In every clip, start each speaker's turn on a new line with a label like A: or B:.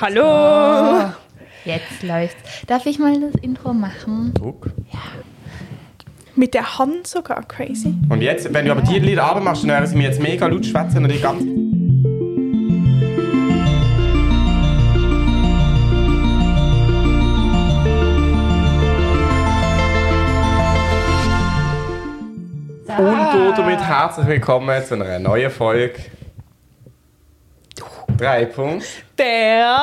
A: Hallo!
B: Jetzt läuft's. Darf ich mal das Intro machen?
C: Druck.
A: Mit der Hand sogar, crazy.
C: Und jetzt, wenn du aber die Lieder abmachst, dann hören sie mir jetzt mega laut schwätzen und ich ganz... Und du damit herzlich willkommen zu einer neuen Folge. Drei Punkte.
A: Der.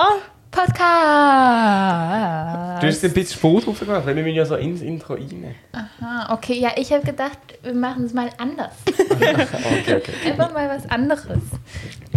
B: Podcast!
C: Du hast ein bisschen Sport aufgemacht, weil wir müssen ja so ins Intro rein.
B: Ah, okay, ja, ich habe gedacht, wir machen es mal anders.
C: Okay, okay.
B: Einfach mal was anderes.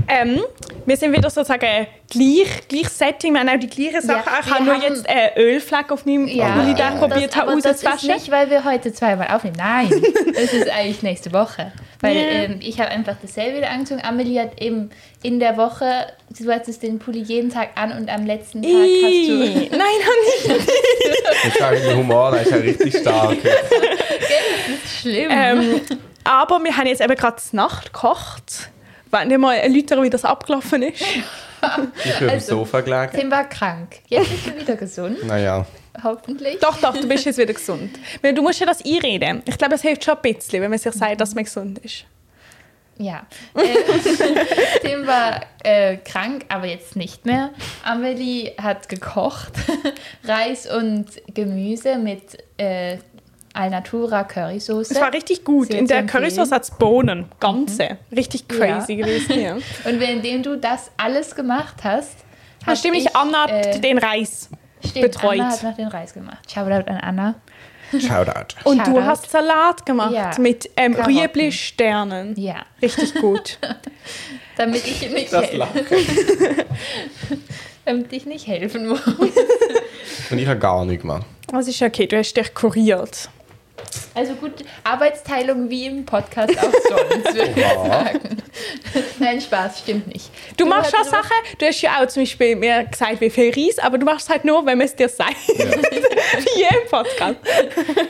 A: Ähm, wir sind wieder sozusagen gleich, gleich Setting, wir haben auch die gleichen
B: Ja,
A: Sachen. ich
B: wir
A: habe nur
B: haben-
A: jetzt äh, Ölfleck auf meinem
B: Ja,
A: ja, Monitor
B: äh,
A: probiert,
B: das,
A: habe
B: aber das ist
A: rauszuwaschen.
B: nicht, weil wir heute zweimal aufnehmen. Nein, es ist eigentlich nächste Woche. Weil
A: Ja.
B: ähm, ich habe einfach dasselbe wieder angezogen. Amelie hat eben in der Woche, du hattest den Pulli jeden Tag an und am letzten Tag hast du...
A: Ih, Nein, noch nicht.
C: Ich sage, der Humor der ist ja richtig stark.
B: Schlimm.
A: Ähm, aber wir haben jetzt eben gerade zur Nacht gekocht. Wenn ihr mal erläutern, wie das abgelaufen ist.
C: Ich bin auf dem
B: Also-
C: Sofa gelegen.
B: Tim war krank. Jetzt ist er wieder gesund,
C: Naja.
B: hoffentlich.
A: Doch, doch, du bist jetzt wieder gesund. Weil Du musst ja das einreden. Ich glaube, es hilft schon ein bisschen, wenn man sich sagt, dass man gesund ist.
B: Ja. Äh, Tim war äh, krank, aber jetzt nicht mehr. Amelie hat gekocht. Reis und Gemüse mit äh, Alnatura Currysoße.
A: Es war richtig gut.
B: Sehr
A: In
B: zu
A: der
B: empfehlen.
A: Currysauce hat es Bohnen, ganze. Richtig crazy gewesen. Ja.
B: Und währenddem du das alles gemacht hast,
A: Da stimme ich Anna
B: äh,
A: den Reis.
B: stimmt,
A: betreut.
B: Anna hat nach den Reis gemacht. Shoutout an Anna.
C: Shoutout.
A: Und du
B: Shoutout.
A: hast Salat gemacht
B: Ja.
A: mit ähm,
B: Karotten.
A: Rüebli-Sternen.
B: Ja,
A: Richtig gut.
B: damit ich nicht,
C: Das
B: hel
C: Lachen.
B: damit ich nicht helfen muss.
C: Und ich habe gar nichts gemacht.
A: Das ist okay, du hast dich kuriert.
B: Also gut, Arbeitsteilung wie im Podcast auch sonst, würde ich sagen. Nein, Spaß, stimmt nicht.
A: Du, machst auch
B: hattest-
A: Sachen, du hast ja auch zum Beispiel mir gesagt, wie viel Reis, aber du machst es halt nur, wenn man es dir sagt. Wie jedem Podcast.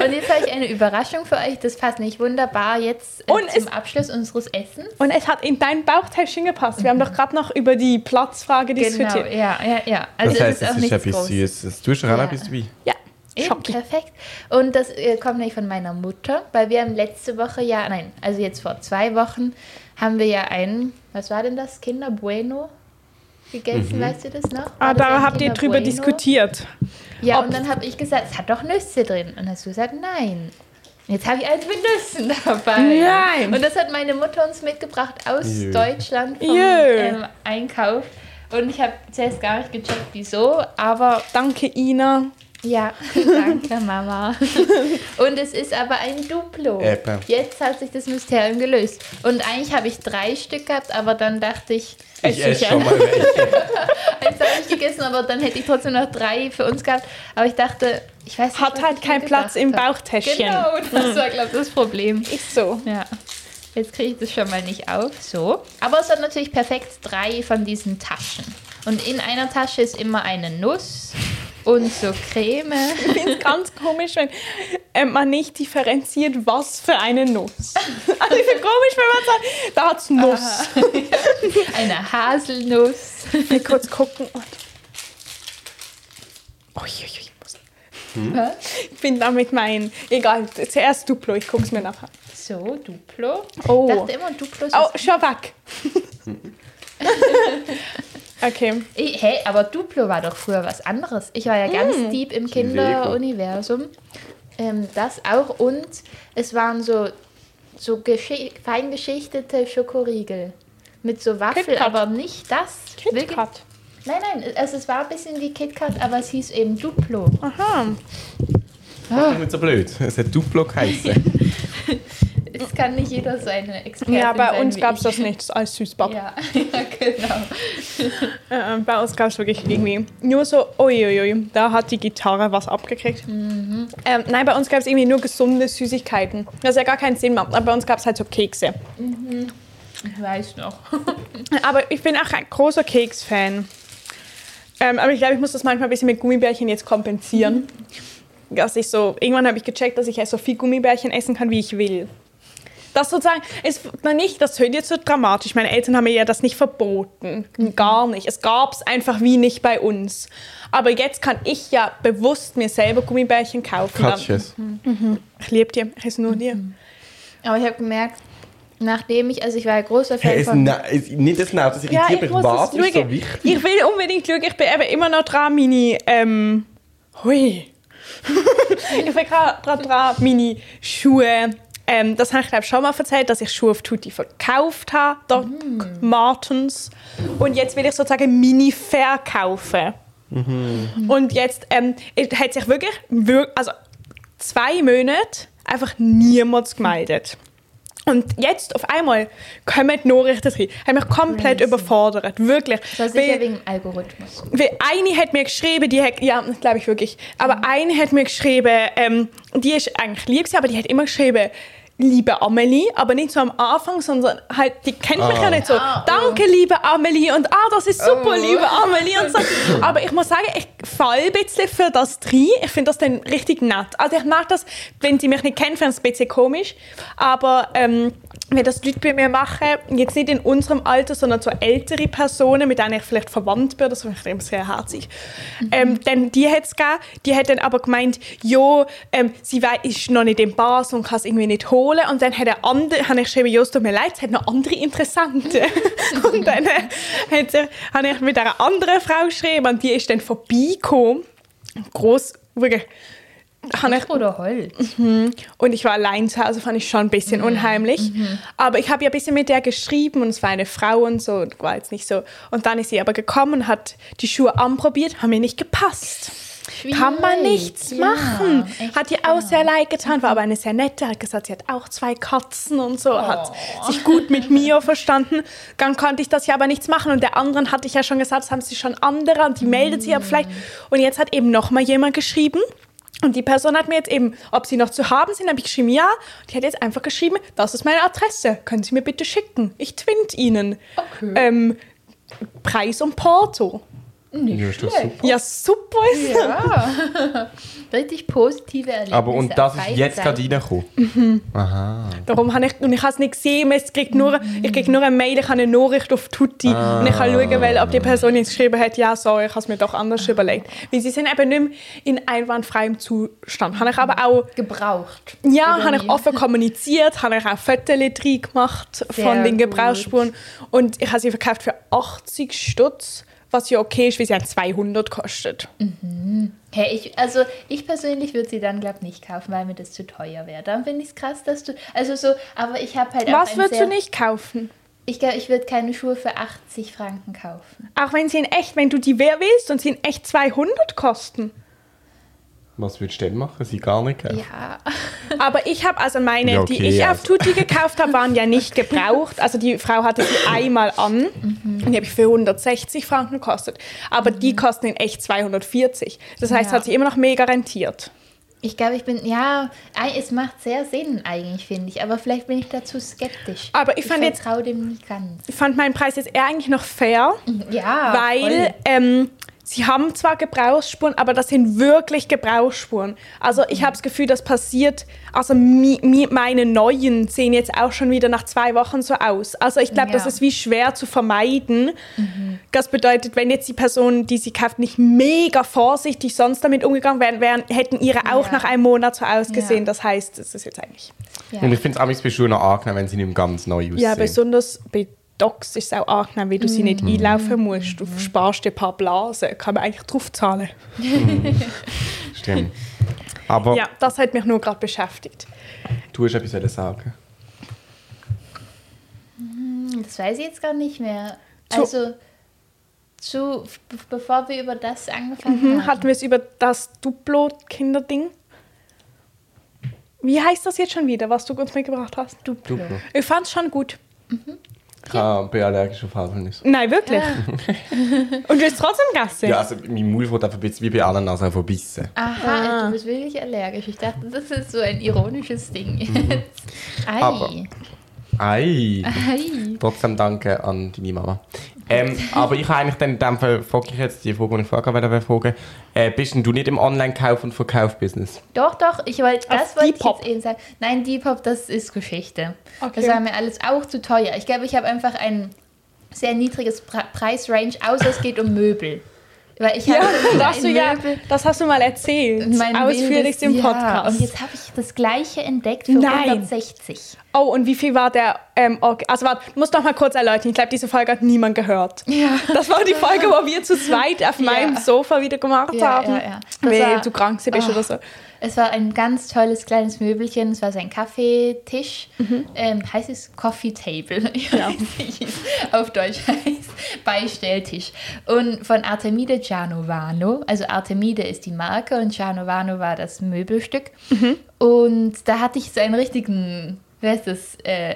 B: Und jetzt habe ich eine Überraschung für euch, das passt nicht wunderbar jetzt äh,
A: Und
B: zum
A: es-
B: Abschluss unseres Essens.
A: Und es hat in deinen Bauchtäschchen gepasst. Wir haben doch gerade noch über die Platzfrage
B: Genau,
A: diskutiert.
B: ja, ja, ja. Also
C: Das heißt,
B: auch
C: es ist
B: nichts
C: etwas
B: Großes.
C: Süßes. Du hast auch
B: Ja.
C: etwas dabei.
A: Ja,
B: Eben,
A: Schoki.
B: perfekt. Und das äh, kommt nämlich von meiner Mutter, weil wir haben letzte Woche ja, nein, also jetzt vor zwei Wochen haben wir ja einen, was war denn das? Kinder Bueno gegessen,
C: Mhm.
B: weißt du das noch? War
A: Ah,
B: das
A: da
B: ein
A: habt ihr
B: Kinder
A: drüber diskutiert.
B: Ja,
A: Ob-
B: und dann habe ich gesagt, es hat doch Nüsse drin. Und hast du gesagt, nein. Jetzt habe ich eins mit Nüssen dabei.
A: Nein.
B: Und das hat meine Mutter uns mitgebracht aus
C: Jö.
B: Deutschland vom
A: Jö.
B: ähm, Einkauf. Und ich habe zuerst gar nicht gecheckt, wieso, aber
A: Danke, Ina.
B: ja, danke Mama. Und es ist aber ein Duplo.
C: Eppe.
B: Jetzt hat sich das Mysterium gelöst. Und eigentlich habe ich drei Stück gehabt, aber dann dachte ich,
C: Ich
B: esse
C: esse
B: ich
C: schon
B: ja.
C: mal welche.
B: Eins habe ich gegessen, aber dann hätte ich trotzdem noch drei für uns gehabt. Aber ich dachte, ich weiß nicht,
A: Hat
B: was
A: halt
B: ich mir
A: keinen Platz im
B: gedacht habe.
A: Bauchtäschchen.
B: Genau, das war, glaube ich, das Problem.
A: Ist so.
B: Ja. Jetzt kriege ich das schon mal nicht auf. So. Aber es hat natürlich perfekt drei von diesen Taschen. Und in einer Tasche ist immer eine Nuss und so Creme.
A: Ich finde es ganz komisch, wenn ähm, man nicht differenziert, was für eine Nuss. Also ich finde komisch, wenn man sagt, da hat es Nuss.
B: Eine Haselnuss.
A: Mal kurz gucken. Und Ui, ui, ui, ich muss-
B: Was?
A: Ich bin damit mein... Egal, zuerst Duplo, ich gucke es mir nachher.
B: So, Duplo. Ich
A: Oh,
B: dachte immer, Duplo ist
A: oh
B: was-
A: schon weg. okay.
B: Ich, hey, aber Duplo war doch früher was anderes. Ich war ja ganz deep im Kinderuniversum. Ähm, das auch und es waren so, so geschi- fein geschichtete Schokoriegel. Mit so Waffel,
A: Kit Kat.
B: aber nicht das. Wirklich-
A: KitKat.
B: Nein, nein, also es war ein bisschen wie KitKat, aber es hieß eben Duplo.
A: Aha.
C: Das ist nicht so blöd. Es hat Duplo geheißen.
B: Es kann nicht jeder seine Expertin
A: Ja, bei
B: sein
A: uns
B: wie
A: gab es
B: ich.
A: das nicht als Süßbab.
B: Ja, ja, genau.
A: Äh, äh, bei uns gab es wirklich irgendwie nur so, uiuiui, da hat die Gitarre was abgekriegt. Ähm, nein, bei uns gab es irgendwie nur gesunde Süßigkeiten. Das ja gar keinen Sinn macht, aber bei uns gab es halt so Kekse.
B: Ich weiß noch.
A: Aber ich bin auch ein großer Keks-Fan. Ähm, aber ich glaube, ich muss das manchmal ein bisschen mit Gummibärchen jetzt kompensieren. Dass ich so, irgendwann habe ich gecheckt, dass ich so viel Gummibärchen essen kann, wie ich will. Das sozusagen ist noch nicht, das hört jetzt so dramatisch. Meine Eltern haben mir ja das nicht verboten. Gar nicht. Es gab es einfach wie nicht bei uns. Aber jetzt kann ich ja bewusst mir selber Gummibärchen kaufen.
C: Katsch es.
A: Ich liebe dir, ich esse nur dir.
B: Aber ich habe gemerkt, nachdem ich, also ich war ja großer Fan
C: Hey, es,
B: von.
C: na, es, nicht das Nerv, das
A: Ja,
C: irritiert
A: ich
C: mich.
A: muss
C: Was
A: es
C: ist so
A: schauen.
C: wichtig?
A: Ich will unbedingt schauen, ich bin eben immer noch dran, meine, ähm, hui. ich bin gerade dran, dran, meine Schuhe, ähm, das habe ich glaube schon mal erzählt, dass ich Schuhe auf Tutti verkauft habe, Doc
C: Mhm.
A: Martens. Und jetzt will ich sozusagen mini verkaufen.
B: Mhm.
A: Und jetzt ähm, es hat sich wirklich, wir- also zwei Monate einfach niemand gemeldet. Und jetzt auf einmal kommen die Nachrichten rein. Haben mich komplett
B: Crazy.
A: überfordert, wirklich.
B: Das war sicher
A: Weil,
B: wegen dem Algorithmus.
A: weil eine hat mir geschrieben, die hat, ja, das glaube ich wirklich, aber
B: Mhm.
A: eine hat mir geschrieben, ähm, die ist eigentlich lieb, gewesen, aber die hat immer geschrieben, liebe Amelie, aber nicht so am Anfang, sondern halt, die kennt mich
C: Ah.
A: ja nicht so.
B: Ah, oh.
A: Danke, liebe Amelie und ah, das ist super,
B: Oh.
A: liebe Amelie und so. Aber ich muss sagen, ich falle ein bisschen für das drin. Ich finde das dann richtig nett. Also ich mag das, wenn sie mich nicht kennen, finde ich es ein bisschen komisch. Aber ähm, wenn das Leute bei mir machen, jetzt nicht in unserem Alter, sondern so ältere Personen, mit denen ich vielleicht verwandt bin, das finde ich immer sehr herzig. Ähm, denn die hat es gegeben, die hat dann aber gemeint, jo, ähm, sie wei- ist noch nicht in Basel und kann es irgendwie nicht holen. Und dann hat eine andere, habe ich geschrieben, jo, es tut mir leid, es hat noch andere Interessante. und dann äh, hat sie- habe ich mit einer anderen Frau geschrieben und die ist dann vorbeigekommen. Gross, wirklich. Habe ich
B: Nicht oder Holz.
A: und ich war allein zu Hause, fand ich schon ein bisschen unheimlich. Aber ich habe ja ein bisschen mit der geschrieben und es war eine Frau und so, und war jetzt nicht so. Und dann ist sie aber gekommen und hat die Schuhe anprobiert, haben mir nicht gepasst. Kann man nichts
B: Ja,
A: machen.
B: echt
A: Hat ihr auch sehr leid getan, war aber eine sehr nette, hat gesagt, sie hat auch zwei Katzen und so, hat
B: Oh.
A: sich gut mit mir verstanden. Dann konnte ich das ja aber nichts machen und der anderen hatte ich ja schon gesagt, das haben sie schon andere und die meldet
B: Mm.
A: sich aber vielleicht. Und jetzt hat eben nochmal jemand geschrieben. Und die Person hat mir jetzt eben, ob sie noch zu haben sind, habe ich geschrieben, ja. Und die hat jetzt einfach geschrieben, das ist meine Adresse, können Sie mir bitte schicken. Ich twint Ihnen.
B: Okay.
A: Ähm, Preis und Porto.
C: Ja, ist doch super.
A: Ja, super ist das.
B: Ja. Richtig positive Erlebnisse.
C: Aber und das
B: auf
C: ist
B: beiden
C: jetzt gerade
B: Seiten.
C: reingekommen. Aha.
A: Darum habe ich, und ich habe es nicht gesehen, es kriegt nur, ich kriege nur eine Mail, ich habe eine Nachricht auf Tutti und ich kann schauen, weil, ob die Person jetzt geschrieben hat, ja, sorry, ich habe es mir doch anders überlegt. Weil sie sind eben nicht mehr in einwandfreiem Zustand. Habe ich aber auch,
B: Gebraucht.
A: ja,
B: Oder
A: habe ich
B: wie?
A: offen kommuniziert, habe ich auch Fotos drin gemacht von
B: Sehr
A: den
B: gut.
A: Gebrauchsspuren und ich habe sie verkauft für 80 Stutz, was ja okay ist, weil sie ja 200 kostet.
B: Hey, ich, also ich persönlich würde sie dann, glaube ich, nicht kaufen, weil mir das zu teuer wäre. Dann finde ich es krass, dass du. Also so, aber ich habe halt auch
A: Was
B: ein
A: würdest
B: sehr-
A: du nicht kaufen?
B: Ich glaube, ich würde keine Schuhe für 80 Franken kaufen.
A: Auch wenn sie in echt, wenn du die wer willst und sie in echt 200 kosten.
C: Was würdest du denn machen? Sie gar nicht kaufen.
B: Ja.
A: Aber ich habe also meine,
C: Ja, okay, also.
A: die ich
C: ja.
A: auf Tutti gekauft habe, waren ja nicht gebraucht. Also die Frau hatte sie einmal an und die habe ich für 160 Franken gekostet. Aber die kosten in echt 240. Das heißt, es
B: Ja.
A: hat sich immer noch mega rentiert.
B: Ich glaube, ich bin. Ja, ei, es macht sehr Sinn eigentlich, finde ich. Aber vielleicht bin ich dazu skeptisch.
A: Aber ich fand jetzt-
B: vertraue dem nicht ganz.
A: Ich fand meinen Preis jetzt eher eigentlich noch fair,
B: Ja.
A: weil
B: voll.
A: ähm, sie haben zwar Gebrauchsspuren, aber das sind wirklich Gebrauchsspuren. Also ich habe das Gefühl, das passiert, also mi, mi, meine neuen sehen jetzt auch schon wieder nach zwei Wochen so aus. Also ich glaube, das
B: Ja. Mhm.
A: ist wie schwer zu vermeiden. Das bedeutet, wenn jetzt die Personen, die sie kauft, nicht mega vorsichtig sonst damit umgegangen wären, wären hätten ihre auch
B: Ja.
A: nach einem Monat so ausgesehen.
B: Ja.
A: Das heißt, es ist jetzt eigentlich.
B: Ja.
C: Und ich finde es auch bei Schuhen noch angenehm, wenn sie nicht ganz neu aussehen.
A: Ja, besonders bei Docs ist es auch angenehm, weil du
B: Mm.
A: sie nicht einlaufen musst. Du sparst dir ein paar Blasen. Kann man eigentlich drauf zahlen.
C: Stimmt. Aber
A: Ja, das hat mich nur gerade beschäftigt.
C: du hast etwas wollen sagen.
B: Das weiß ich jetzt gar nicht mehr.
A: Zu-
B: also, zu, be- bevor wir über das angefangen
A: Hm,
B: haben.
A: Hatten wir es über das Duplo-Kinderding? Wie heißt das jetzt schon wieder, was du uns mitgebracht hast?
C: Du.
B: Duplo.
A: Ich fand es schon gut.
C: Ich ja. bin allergisch auf Haselnüsse.
A: Nein, wirklich. Und du hast trotzdem gegessen?
C: Ja, also mein Maul wird einfach ein bisschen wie bei allen Nasen verbissen.
B: Aha, also, du bist
A: Mhm.
B: wirklich allergisch. Ich dachte, das ist so ein ironisches Ding jetzt. Ei.
C: Aber- Ei.
B: Ei.
C: Trotzdem danke an deine Mama. Ähm, aber ich habe eigentlich dann in dem Fall, frage ich jetzt die Frage, die ich vorher wollte fragen, äh, bist denn du nicht im Online-Kauf- und Verkauf-Business?
B: Doch, doch, ich wollte, das
A: Auf
B: wollte ich
A: Depop.
B: jetzt eben sagen. Nein, Depop, das ist Geschichte.
A: Okay.
B: Das war mir alles auch zu teuer. Ich glaube, ich habe einfach ein sehr niedriges Pre Preisrange, außer es geht um Möbel. Weil ich
A: Ja,
B: habe
A: das hast, du
B: ein
A: ja,
B: Möbel-
A: das hast du mal erzählt.
B: mein
A: Ausführlichst im
B: wildes- Ja,
A: Podcast.
B: und jetzt habe ich das gleiche entdeckt für
A: Nein.
B: 160.
A: oh, und wie viel war der? Ähm, Org- also, warte, ich muss doch mal kurz erläutern. Ich glaube, diese Folge hat niemand gehört.
B: Ja.
A: Das war die Folge, wo wir zu zweit auf meinem Sofa wieder gemacht
B: Ja,
A: haben.
B: ja, ja. Das
A: Weil
B: war-
A: du krank bist
B: Oh.
A: oder so.
B: Es war ein ganz tolles kleines Möbelchen. Es war so ein Kaffeetisch. Ähm, heißt es Coffee Table? Ich
A: Mhm. Ja.
B: weiß nicht, wie es auf Deutsch heißt. Beistelltisch. Und von Artemide Gianovano. Also Artemide ist die Marke und Gianovano war das Möbelstück.
A: Mhm.
B: Und da hatte ich so einen richtigen. Wer ist das? Äh,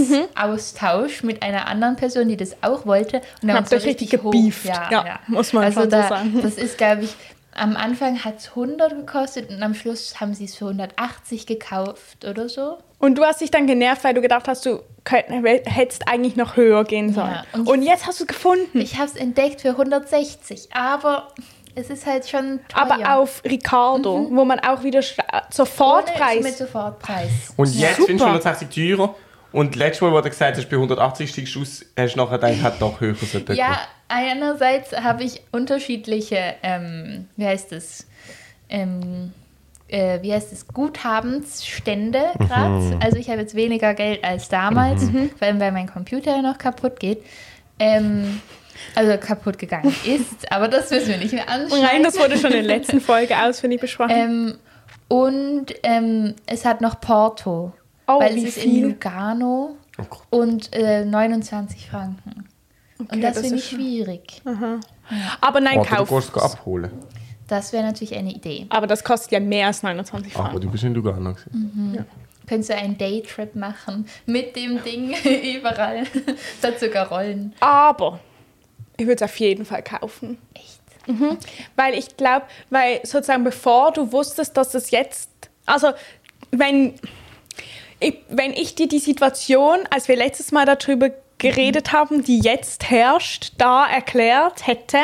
B: Auktionsaustausch mit einer anderen Person, die das auch wollte. Und da
A: Habt euch richtig gebieft. Ja, muss man
B: also
A: schon so
B: da,
A: sagen.
B: Das ist, glaube ich, am Anfang hat es 100 gekostet und am Schluss haben sie es für 180 gekauft oder so.
A: Und du hast dich dann genervt, weil du gedacht hast, du könnt, hättest eigentlich noch höher gehen sollen.
B: und-
A: und, jetzt hast du es gefunden.
B: Ich habe es entdeckt für 160, aber es ist halt schon teuer.
A: aber auf Ricardo, wo man auch wieder schra- sofort
B: Mhm. Ohne ist Mit
A: Preis.
B: Sofortpreis.
C: Und jetzt
A: Super.
C: findest du 160 teurer. Und letztes Mal, wo du gesagt hast, bei 180 steigst du aus, hast du nachher gedacht, hat doch höher sollte
B: Ja, einerseits habe ich unterschiedliche, ähm, wie heißt es, ähm, äh, wie heißt es, Guthabensstände
C: Mhm.
B: gerade. Also ich habe jetzt weniger Geld als damals, vor allem weil mein Computer ja noch kaputt geht. Ähm, also kaputt gegangen ist, aber das müssen wir nicht mehr anschauen.
A: Nein, das wurde schon in der letzten Folge ausfindig besprochen.
B: Ähm, und ähm, es hat noch Porto,
A: Oh,
B: weil es
A: wie
B: ist
A: viel?
B: in Lugano
C: Oh Gott.
B: und äh, 29 Franken.
A: Okay,
B: und das,
A: das
B: finde
A: ist
B: ich schwierig.
A: aber nein,
C: Warte, du
A: kauf.
C: kannst es abholen.
B: Das wäre natürlich eine Idee.
A: Aber das kostet ja mehr als 29
C: Ah, Aber
A: Franken.
C: du bist in Lugano.
B: Mhm.
C: gewesen.
B: Könntest du einen Daytrip machen mit dem Ding überall? Statt sogar Rollen.
A: Aber ich würde es auf jeden Fall kaufen. Mhm.
B: Echt?
A: Weil ich glaube, weil sozusagen bevor du wusstest, dass das jetzt, also wenn ich, wenn ich dir die Situation, als wir letztes Mal darüber geredet haben, die jetzt herrscht, da erklärt hätte,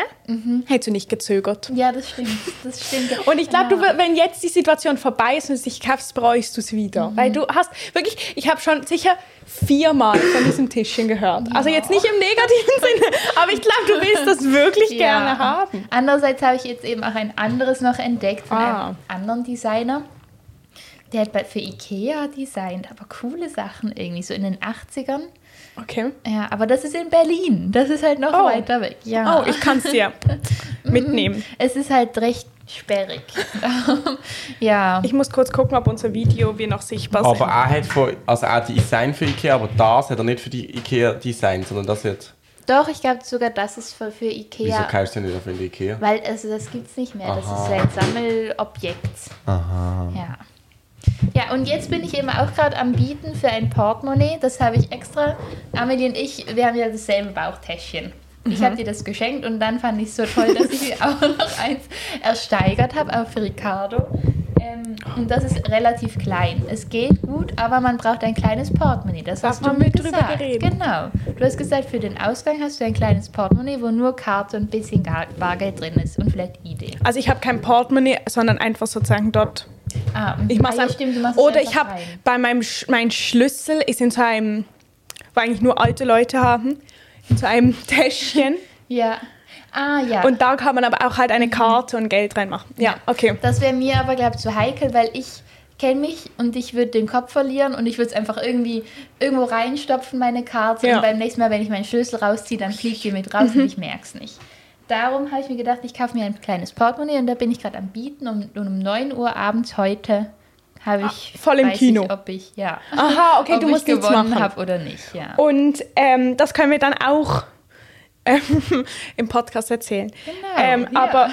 A: hättest du nicht gezögert.
B: Ja, das stimmt. Das stimmt.
A: Und ich glaube,
B: ja.
A: du wir- wenn jetzt die Situation vorbei ist und es dich kaufst, bräuchst du es wieder. Weil
B: Mhm.
A: du hast wirklich, ich habe schon sicher viermal von diesem Tischchen gehört. Also jetzt nicht im negativen Sinne, aber ich glaube, du willst das wirklich
B: Ja.
A: gerne haben.
B: Andererseits habe ich jetzt eben auch ein anderes noch entdeckt von
A: Ah.
B: einem anderen Designer. Der hat bei- für Ikea designt, aber coole Sachen irgendwie, so in den 80ern.
A: Okay.
B: Ja, aber das ist in Berlin. Das ist halt noch
A: Oh.
B: weiter weg. Ja.
A: Oh, ich kann es dir mitnehmen.
B: es ist halt recht sperrig. ja.
A: Ich muss kurz gucken, ob unser Video wir noch sichtbar
C: Aber
A: sind.
C: er hat von, also er hat Design für Ikea, aber das hat er nicht für die Ikea Design, sondern das hat.
B: Doch, ich glaube sogar, das ist für, für Ikea.
C: Wieso kaufst du denn nicht auf in die Ikea?
B: Weil also das gibt es nicht mehr. Das
C: Aha.
B: ist ein Sammelobjekt.
C: Aha.
B: Ja. Ja, und jetzt bin ich eben auch gerade am Bieten für ein Portemonnaie. Das habe ich extra. Amelie und ich, wir haben ja dasselbe Bauchtäschchen. Ich
A: Mhm.
B: habe dir das geschenkt und dann fand ich es so toll, dass ich mir auch noch eins ersteigert habe auf Ricardo. Ähm, und das ist relativ klein. Es geht gut, aber man braucht ein kleines Portemonnaie. Das
A: Da
B: hast du
A: haben
B: mir
A: wir drüber
B: gesagt.
A: geredet.
B: Genau. Du hast gesagt, für den Ausgang hast du ein kleines Portemonnaie, wo nur Karte und ein bisschen Gar- Bargeld drin ist und vielleicht Idee.
A: Also ich habe kein Portemonnaie, sondern einfach sozusagen dort.
B: Ah,
A: Ich mach's
B: ah, ja,
A: einfach-
B: stimmt, du machst es
A: Oder
B: einfach
A: ich habe
B: rein.
A: bei meinem Sch mein Schlüssel ist in so einem, wo eigentlich nur alte Leute haben, in so einem Täschchen.
B: Ja. Ah, ja.
A: Und da kann man aber auch halt eine Karte und Geld reinmachen. Ja, okay.
B: das wäre mir aber, glaube ich, zu heikel, weil ich kenne mich und ich würde den Kopf verlieren und ich würde es einfach irgendwie irgendwo reinstopfen, meine Karte.
A: Ja.
B: Und beim nächsten Mal, wenn ich meinen Schlüssel rausziehe, dann fliegt die mit raus und ich merke es nicht. Darum habe ich mir gedacht, ich kaufe mir ein kleines Portemonnaie und da bin ich gerade am Bieten um, und um 9 Uhr abends heute habe ich
A: Ah, voll im
B: weiß
A: Kino.
B: Ich, ob ich ja,
A: Aha, okay,
B: ob
A: du musst
B: ich
A: nichts
B: gewonnen
A: machen.
B: habe oder nicht, ja.
A: Und ähm, das können wir dann auch ähm, im Podcast erzählen.
B: Genau,
A: ähm,
B: ja.
A: Aber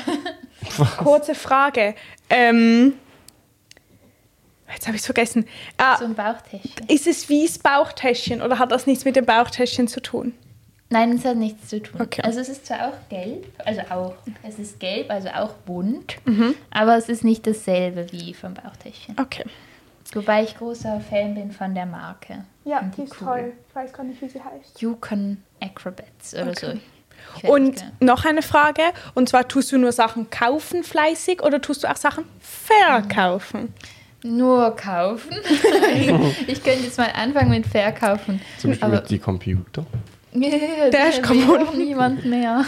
A: kurze Frage. Ähm, jetzt habe ich es vergessen. Ah,
B: So ein Bauchtäschchen.
A: ist es wie das Bauchtäschchen oder hat das nichts mit dem Bauchtäschchen zu tun?
B: Nein, es hat nichts zu tun.
A: Okay.
B: Also es ist zwar auch gelb, also auch, es ist
A: Mhm.
B: gelb, also auch bunt, aber es ist nicht dasselbe wie vom Bauchtäschchen.
A: Okay.
B: Wobei ich großer Fan bin von der Marke.
A: Ja,
B: Find
A: die ist
B: Hm, cool.
A: toll. Ich weiß gar nicht, wie sie heißt.
B: Yukon Acrobats oder so. Ich weiß nicht genau.
A: Und
B: mehr.
A: noch eine Frage, und zwar tust du nur Sachen kaufen fleißig oder tust du auch Sachen verkaufen?
B: nur kaufen. ich könnte jetzt mal anfangen mit verkaufen.
C: Zum Beispiel
B: Aber
C: mit die Computer.
B: der
A: ist kaputt.
B: niemand mehr.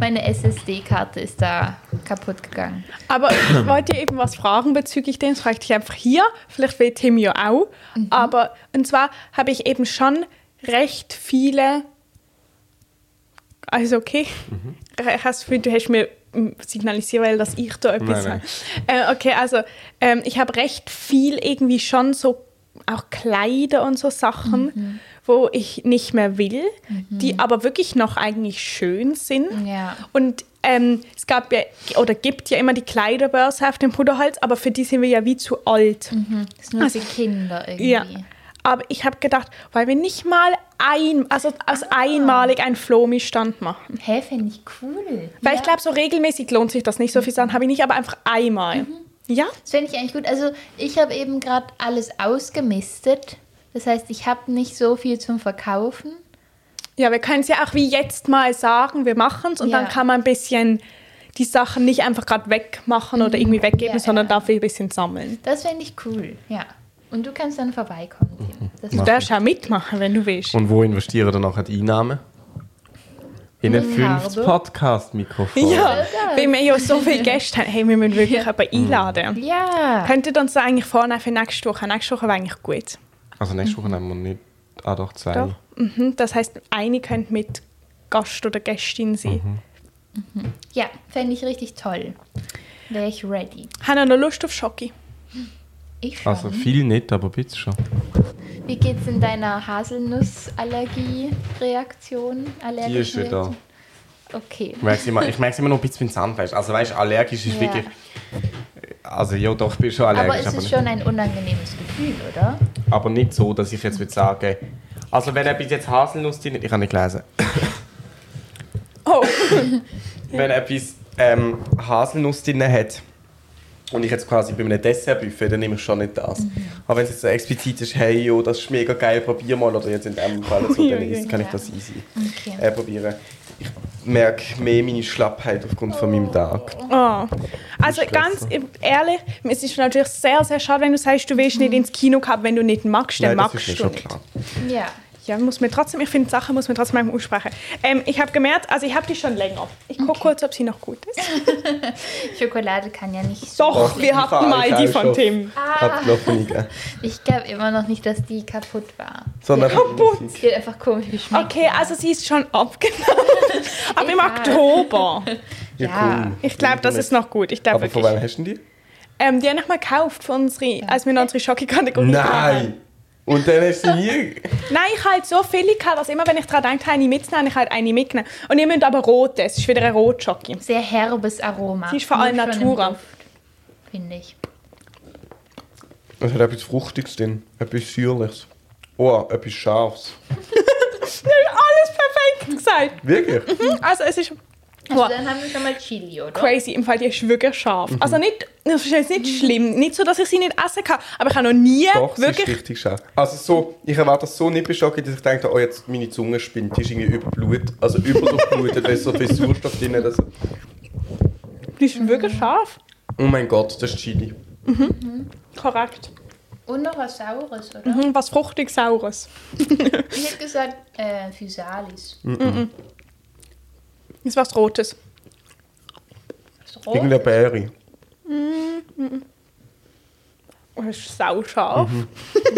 B: Meine SSD-Karte ist da kaputt gegangen.
A: Aber ich wollte dir eben was fragen bezüglich dem, das frage ich dich einfach hier, vielleicht will Tim ja auch. Aber, und zwar habe ich eben schon recht viele, also okay, hast, du hast mir mm, signalisiert, weil dass ich da etwas
C: Nein,
A: Äh, okay, also ähm, ich habe recht viel irgendwie schon so auch Kleider und so Sachen, wo ich nicht mehr will, die aber wirklich noch eigentlich schön sind.
B: Ja.
A: Und ähm, es gab ja oder gibt ja immer die Kleiderbörse auf dem Puderholz, aber für die sind wir ja wie zu alt.
B: Das ist nur
A: Also-
B: für Kinder irgendwie.
A: Ja. Aber ich habe gedacht, weil wir nicht mal ein, also als
B: Ah.
A: einmalig einen Flomi-Stand machen.
B: Hä, finde ich cool.
A: Weil
B: ja.
A: ich glaube, so regelmäßig lohnt sich das nicht. So viel Sachen habe ich nicht, aber einfach einmal.
B: Mhm.
A: Ja?
B: Das finde ich eigentlich gut. Also ich habe eben gerade alles ausgemistet. Das heißt, ich habe nicht so viel zum Verkaufen.
A: Ja, wir können es ja auch wie jetzt mal sagen, wir machen es und
B: Ja.
A: dann kann man ein bisschen die Sachen nicht einfach gerade wegmachen oder irgendwie weggeben,
B: Mhm. Ja,
A: sondern
B: ja.
A: dafür ein bisschen sammeln.
B: Das finde ich cool, ja. Und du kannst dann vorbeikommen.
C: Mhm.
B: Tim. Das
A: Du darfst auch mitmachen, wenn du willst.
C: Und wo investieren dann nachher die Einnahmen? In ein fünftes
B: Farbe.
C: Podcast-Mikrofon.
A: Ja, weil wir ja so viele Gäste haben, hey, wir müssen wirklich jemanden
B: Mhm.
A: einladen.
B: ja.
A: Könnt ihr uns das eigentlich vornehmen für nächste Woche? Nächste Woche wäre eigentlich gut.
C: Also nächste Woche nehmen wir nicht. Ah, doch, zwei.
A: Doch. Mhm, das heißt, eine könnte mit Gast oder Gästin sein.
C: Mhm.
B: Ja, fände ich richtig toll. Wäre ich ready.
A: Haben ihr noch Lust auf Schoki?
B: Ich schon.
C: Also viel nicht, aber bitte schon.
B: Wie geht's in deiner Haselnussallergie-Reaktion?
C: Die ist schon da.
B: Okay.
C: Ich merke es immer, ich merk's immer noch ein bisschen beim Zahnfleisch. Also weißt du, allergisch ist
B: Ja.
C: wirklich... Also ja, doch, ich bin schon
B: Aber
C: allergisch.
B: es ist
C: nicht-
B: schon ein unangenehmes Gefühl, oder?
C: Aber nicht so, dass ich jetzt würde sagen. Also wenn er bis jetzt Haselnuss drin ich kann nicht lesen.
A: Oh,
C: Wenn etwas ähm, Haselnuss drin hat und ich jetzt quasi bei einem Dessert büffe, dann nehme ich schon nicht das.
A: Mhm.
C: Aber wenn es jetzt so explizit ist, hey, jo, das ist mega geil, probier mal, oder jetzt in dem Fall, so, dann
A: Uiuiui.
C: ist, kann ich
B: Ja.
C: das easy
B: Okay.
C: äh, probieren. Ich merke mehr meine Schlappheit aufgrund von meinem Tag.
A: oh. Also
C: Stress,
A: ganz
C: ne?
A: im- ehrlich, es ist natürlich sehr, sehr schade, wenn du sagst, du willst nicht ins Kino gehabt, wenn du nicht magst, dann
C: Nein, das
A: magst
C: ist mir
A: du
C: schon
A: nicht.
C: klar.
B: Ja.
A: Ja, muss mir trotzdem, ich finde Sachen muss man trotzdem manchmal aussprechen. Ähm, ich habe gemerkt, also ich habe die schon länger. Ich gucke kurz, ob sie noch gut ist.
B: Schokolade kann ja nicht so.
A: Doch,
C: Doch,
A: wir
C: die
A: hatten mal
C: Frage
A: die
C: auch
A: von
C: schon.
A: Tim.
C: Hat noch nie gegeben.
B: Ich glaube immer noch nicht, dass die kaputt war.
C: Sondern
A: Kaputt.
B: Es wird einfach komisch geschmeckt.
A: Okay, also sie ist schon abgenommen. Aber im
B: Egal.
A: Oktober.
B: Ja.
C: komm.
A: Ich glaube, das ist noch gut. Ich glaube
C: Aber von wem
A: wirklich.
C: hast du denn die?
A: Ähm, die haben nochmal gekauft für unsere, als wir noch unsere Schocke-Kategorie hatten.
C: Nein! Und dann hast du nie.
A: Nein, ich habe halt so viele gehabt, dass immer, wenn ich daran denke, eine mitzunehmen, habe ich halt eine mitgenommen. Und ihr müsst aber rote, es ist wieder eine Rotschocke.
B: Sehr herbes Aroma.
A: Sie ist vor allem
B: Nur schon im
A: Natura.
B: Duft, Finde ich.
C: Es Also, hat etwas Fruchtiges drin, etwas Säuerliches. Oh, etwas Scharfes.
A: Das ist alles perfekt gesagt.
C: Wirklich?
A: Also es ist...
B: Also
A: Boah.
B: dann haben wir schon mal Chili, oder?
A: crazy. Im Fall, die ist wirklich scharf.
C: Mhm.
A: Also nicht, das ist jetzt nicht schlimm. Nicht so, dass ich sie nicht essen kann. Aber ich habe noch nie
C: Doch, sie ist
A: wirklich...
C: richtig scharf. Also so, ich erwarte das so nicht beschockt, dass ich denke, oh, jetzt meine Zunge spinnt, die ist irgendwie überblut, also überdurchblutet, da ist so viel Sauerstoff drin. Das,
A: Die ist wirklich scharf.
C: oh mein Gott, das ist Chili.
A: Korrekt.
B: Und noch was Saures, oder?
A: Mhm, was fruchtig-saures.
B: Ich hätte gesagt, äh, Physalis.
C: Mhm.
A: Ist was Rotes.
B: Ist
C: Irgendeine
B: Rot.
C: Beere.
A: Oh, das ist sauscharf.
C: Mhm.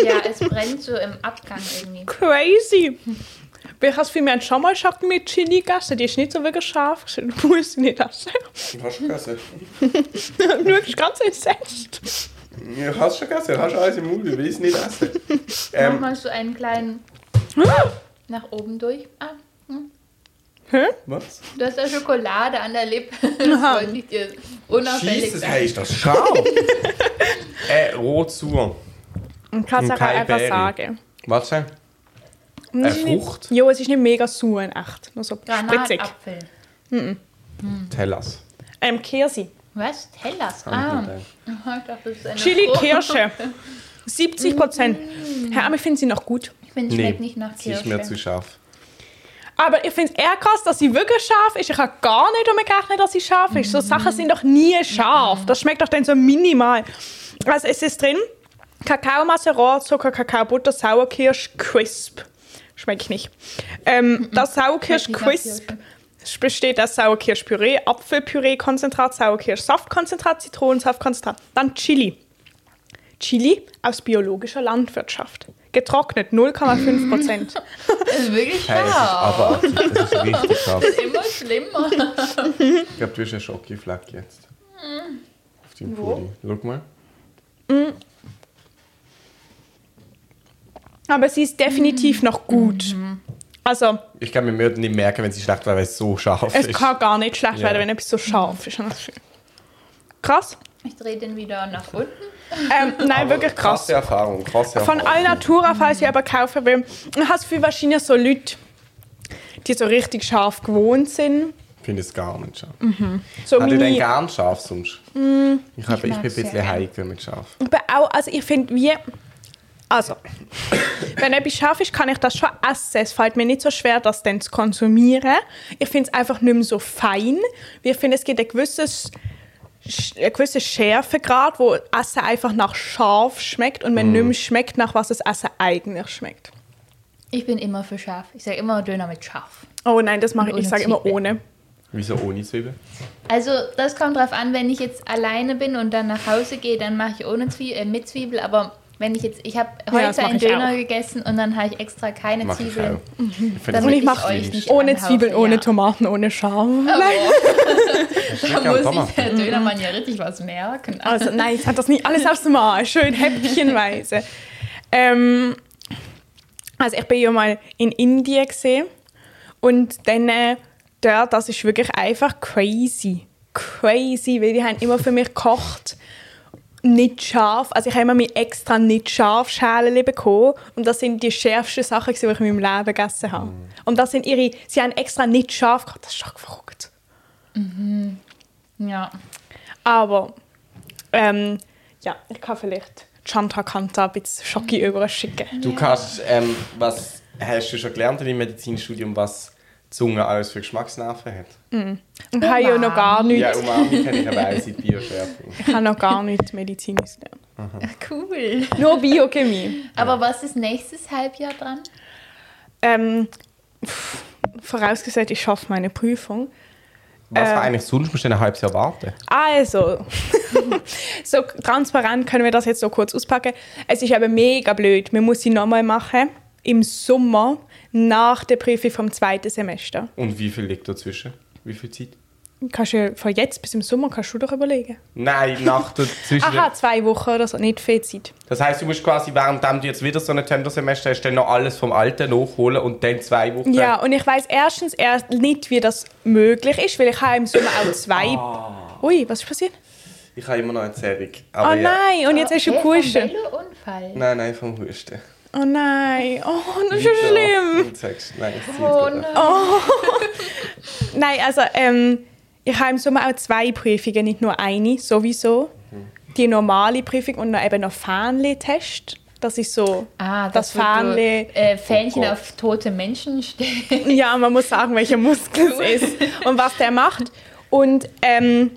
B: Ja, es brennt so im Abgang irgendwie.
A: Crazy. Ich habe viel mehr schon mal Schocken mit Chili gegessen. Die ist nicht so wirklich scharf. gewesen. Du musst sie nicht essen.
C: Du hast schon gegessen.
A: Du bist ganz entsetzt.
C: Ja, hast schon gegessen, hast alles im Mund, du willst nicht essen.
B: Mach
C: Ähm,
B: mal so einen kleinen nach oben durch. Ah,
A: Hm?
C: was?
B: du hast da Schokolade an der Lippe. Das wollte ich dir unauffällig
C: Jesus,
B: sagen.
C: hey, ist das scharf? äh, Rotsauer.
A: Und kannst
C: Und
A: auch
C: keine
A: einfach
C: Beere.
A: sagen.
C: Warte. Eine Frucht?
A: Ja, es ist nicht mega sauer in echt. Nur so spritzig.
B: Granatapfel.
C: Tellas.
A: Ähm, Kirsi.
B: Was? Hellas?
C: Hab ich
B: Ah.
C: nicht gedacht.
B: Ich dachte, das ist eine
A: Chili
B: Frucht.
A: Kirsche. 70 Prozent. Herr, aber ich finde sie noch gut.
B: Ich finde, es schmeckt nicht nach
C: sie ist
B: Kirschen.
C: mir zu scharf.
A: Aber ich finde es eher krass, dass sie wirklich scharf ist. Ich habe gar nicht damit gerechnet, dass sie scharf ist. So Sachen sind doch nie scharf. Das schmeckt doch dann so minimal. Also es ist drin Kakaomasse, Rohrzucker, Kakaobutter, Sauerkirsch, Crisp. Schmecke ich nicht. Ähm, das Sauerkirsch
B: Schmeckt nicht nach
A: Crisp besteht aus Sauerkirschpüree, Apfelpüree-Konzentrat, Sauerkirschsaftkonzentrat, Zitronensaftkonzentrat, dann Chili. Chili aus biologischer Landwirtschaft. Getrocknet 0,5 Prozent.
B: Das ist wirklich
C: Hey, das ist
B: scharf.
C: abartig. Das ist richtig scharf.
B: Immer schlimmer.
C: Ich glaube, du hast eine Schokoflagge jetzt.
A: Hm.
C: Auf deinem Pulli. Schau mal.
A: Aber sie ist definitiv noch gut. Also,
C: Ich kann mir Mürden nicht merken, wenn sie schlecht war, weil es so scharf
A: es
C: ist.
A: kann gar nicht schlecht
C: Ja.
A: werden, wenn etwas so scharf ist. Krass.
B: Ich drehe den wieder nach unten.
A: Ähm, nein,
C: Aber
A: wirklich krass.
C: Krasse Erfahrung, krasse
A: Von
C: Erfahrung.
A: Allnatura, falls ihr aber kaufen will, ich habe für wahrscheinlich so Leute, die so richtig scharf gewohnt sind.
C: Ich finde es gar nicht scharf.
A: Mhm. So
C: Hat ihr denn
A: mini,
C: gern scharf sonst?
A: Mhm.
C: ich, hab, ich, bin ein
B: mag's
C: bisschen
B: sehr gern.
C: heikel mit scharf.
A: aber auch, also ich finde, wie. Also, wenn etwas scharf ist, kann ich das schon essen. Es fällt mir nicht so schwer, das dann zu konsumieren. Ich finde es einfach nicht mehr so fein. Wir finden, es gibt ein gewisses Sch- einen gewissen Schärfegrad, wo Essen einfach nach scharf schmeckt und man nicht mehr schmeckt, nach was das Essen eigentlich schmeckt.
B: Ich bin immer für scharf. Ich sage immer Döner mit scharf.
A: Oh nein, das mache ich.
B: Und
A: Ich sage immer
B: Zwiebeln.
A: ohne.
C: Wieso ohne Zwiebel?
B: Also das kommt drauf an, wenn ich jetzt alleine bin und dann nach Hause gehe, dann mache ich ohne Zwiebel, äh, mit Zwiebel, aber wenn ich jetzt, ich habe heute
A: das mach
B: einen
A: ich
B: Döner
A: auch.
B: gegessen und dann habe ich extra keine
C: Mach ich auch.
B: Zwiebeln.
C: Ich find das
B: Dann
A: Und ich
C: wirklich
A: mach
B: euch
C: schwierig.
B: nicht.
A: Ohne
B: Anhaufe,
A: Zwiebeln, ohne
B: ja.
A: Tomaten, ohne Scham. Nein.
B: Da
C: kann
B: muss
C: Tomaten.
B: sich
A: Mhm.
B: der Dönermann ja richtig was merken.
A: Also nein, ich habe das nicht alles aufs Mal. Schön häppchenweise. ähm, also ich bin ja mal in Indien gesehen und dann äh, dort, das ist wirklich einfach crazy. Crazy, weil die haben immer für mich gekocht. Nicht scharf. Also ich habe immer meine extra nicht scharf Schälen bekommen. Und das sind die schärfsten Sachen, gewesen, die ich in meinem Leben gegessen habe. Und das sind ihre... Sie haben extra nicht scharf gekocht. Das ist schon verrückt.
B: Ja.
A: Aber ähm, ja, ich kann vielleicht Chandra Kanta ein bisschen Schocki überschicken.
C: Du kannst, ähm, was hast du schon gelernt in deinem Medizinstudium, was die Zunge alles für Geschmacksnerven hat?
A: Und ich habe ja noch gar nichts,
C: Ja, Umami kenne ich aber auch seit Bioschärfung.
A: ich habe noch gar nichts Medizinisch gelernt.
B: Cool.
A: Nur Biochemie.
B: Aber was ist nächstes Halbjahr dran?
A: Ähm, pff, vorausgesetzt, ich schaffe meine Prüfung.
C: Was
A: Ähm.
C: war eigentlich sonst? Musst du ein halbes Jahr warten?
A: Also, so transparent können wir das jetzt so kurz auspacken. Es ist eben mega blöd. Man muss sie nochmal machen im Sommer nach der Prüfung vom zweiten Semester.
C: Und wie viel liegt dazwischen? Wie viel Zeit?
A: Kannst du von jetzt bis im Sommer kannst du doch überlegen.
C: Nein, nach dazwischen.
A: Aha, zwei Wochen oder so, nicht viel Zeit.
C: Das heißt, du musst quasi, während du jetzt wieder so ein Tendersemester hast, dann noch alles vom Alten nachholen und dann zwei Wochen.
A: Ja, und ich weiß erstens erst nicht, wie das möglich ist, weil ich habe im Sommer auch zwei. Ui, was ist passiert?
C: Ich habe immer noch eine Zerrung.
A: Oh
C: Aber Ah, ja.
A: nein, und jetzt hast du
B: Äh,
A: einen Kuchen.
B: Vom Unfall.
C: Nein, nein, vom Husten.
A: Oh nein, oh, das ist ja schlimm.
C: Du sagst, nein, es zieht
B: Oh
C: gerade.
B: nein.
A: Nein, also ähm, ich habe im Sommer auch zwei Prüfungen, nicht nur eine, sowieso. Die normale Prüfung und dann eben noch Fähnle-Test. Das ist so
B: Ah,
A: das,
B: das,
A: das Fähnle.
B: Fähnchen. Äh, Fähnchen
C: Oh Gott.
B: auf tote Menschen stehen.
A: Ja, man muss sagen, welcher Muskel es ist und was der macht. Und ähm,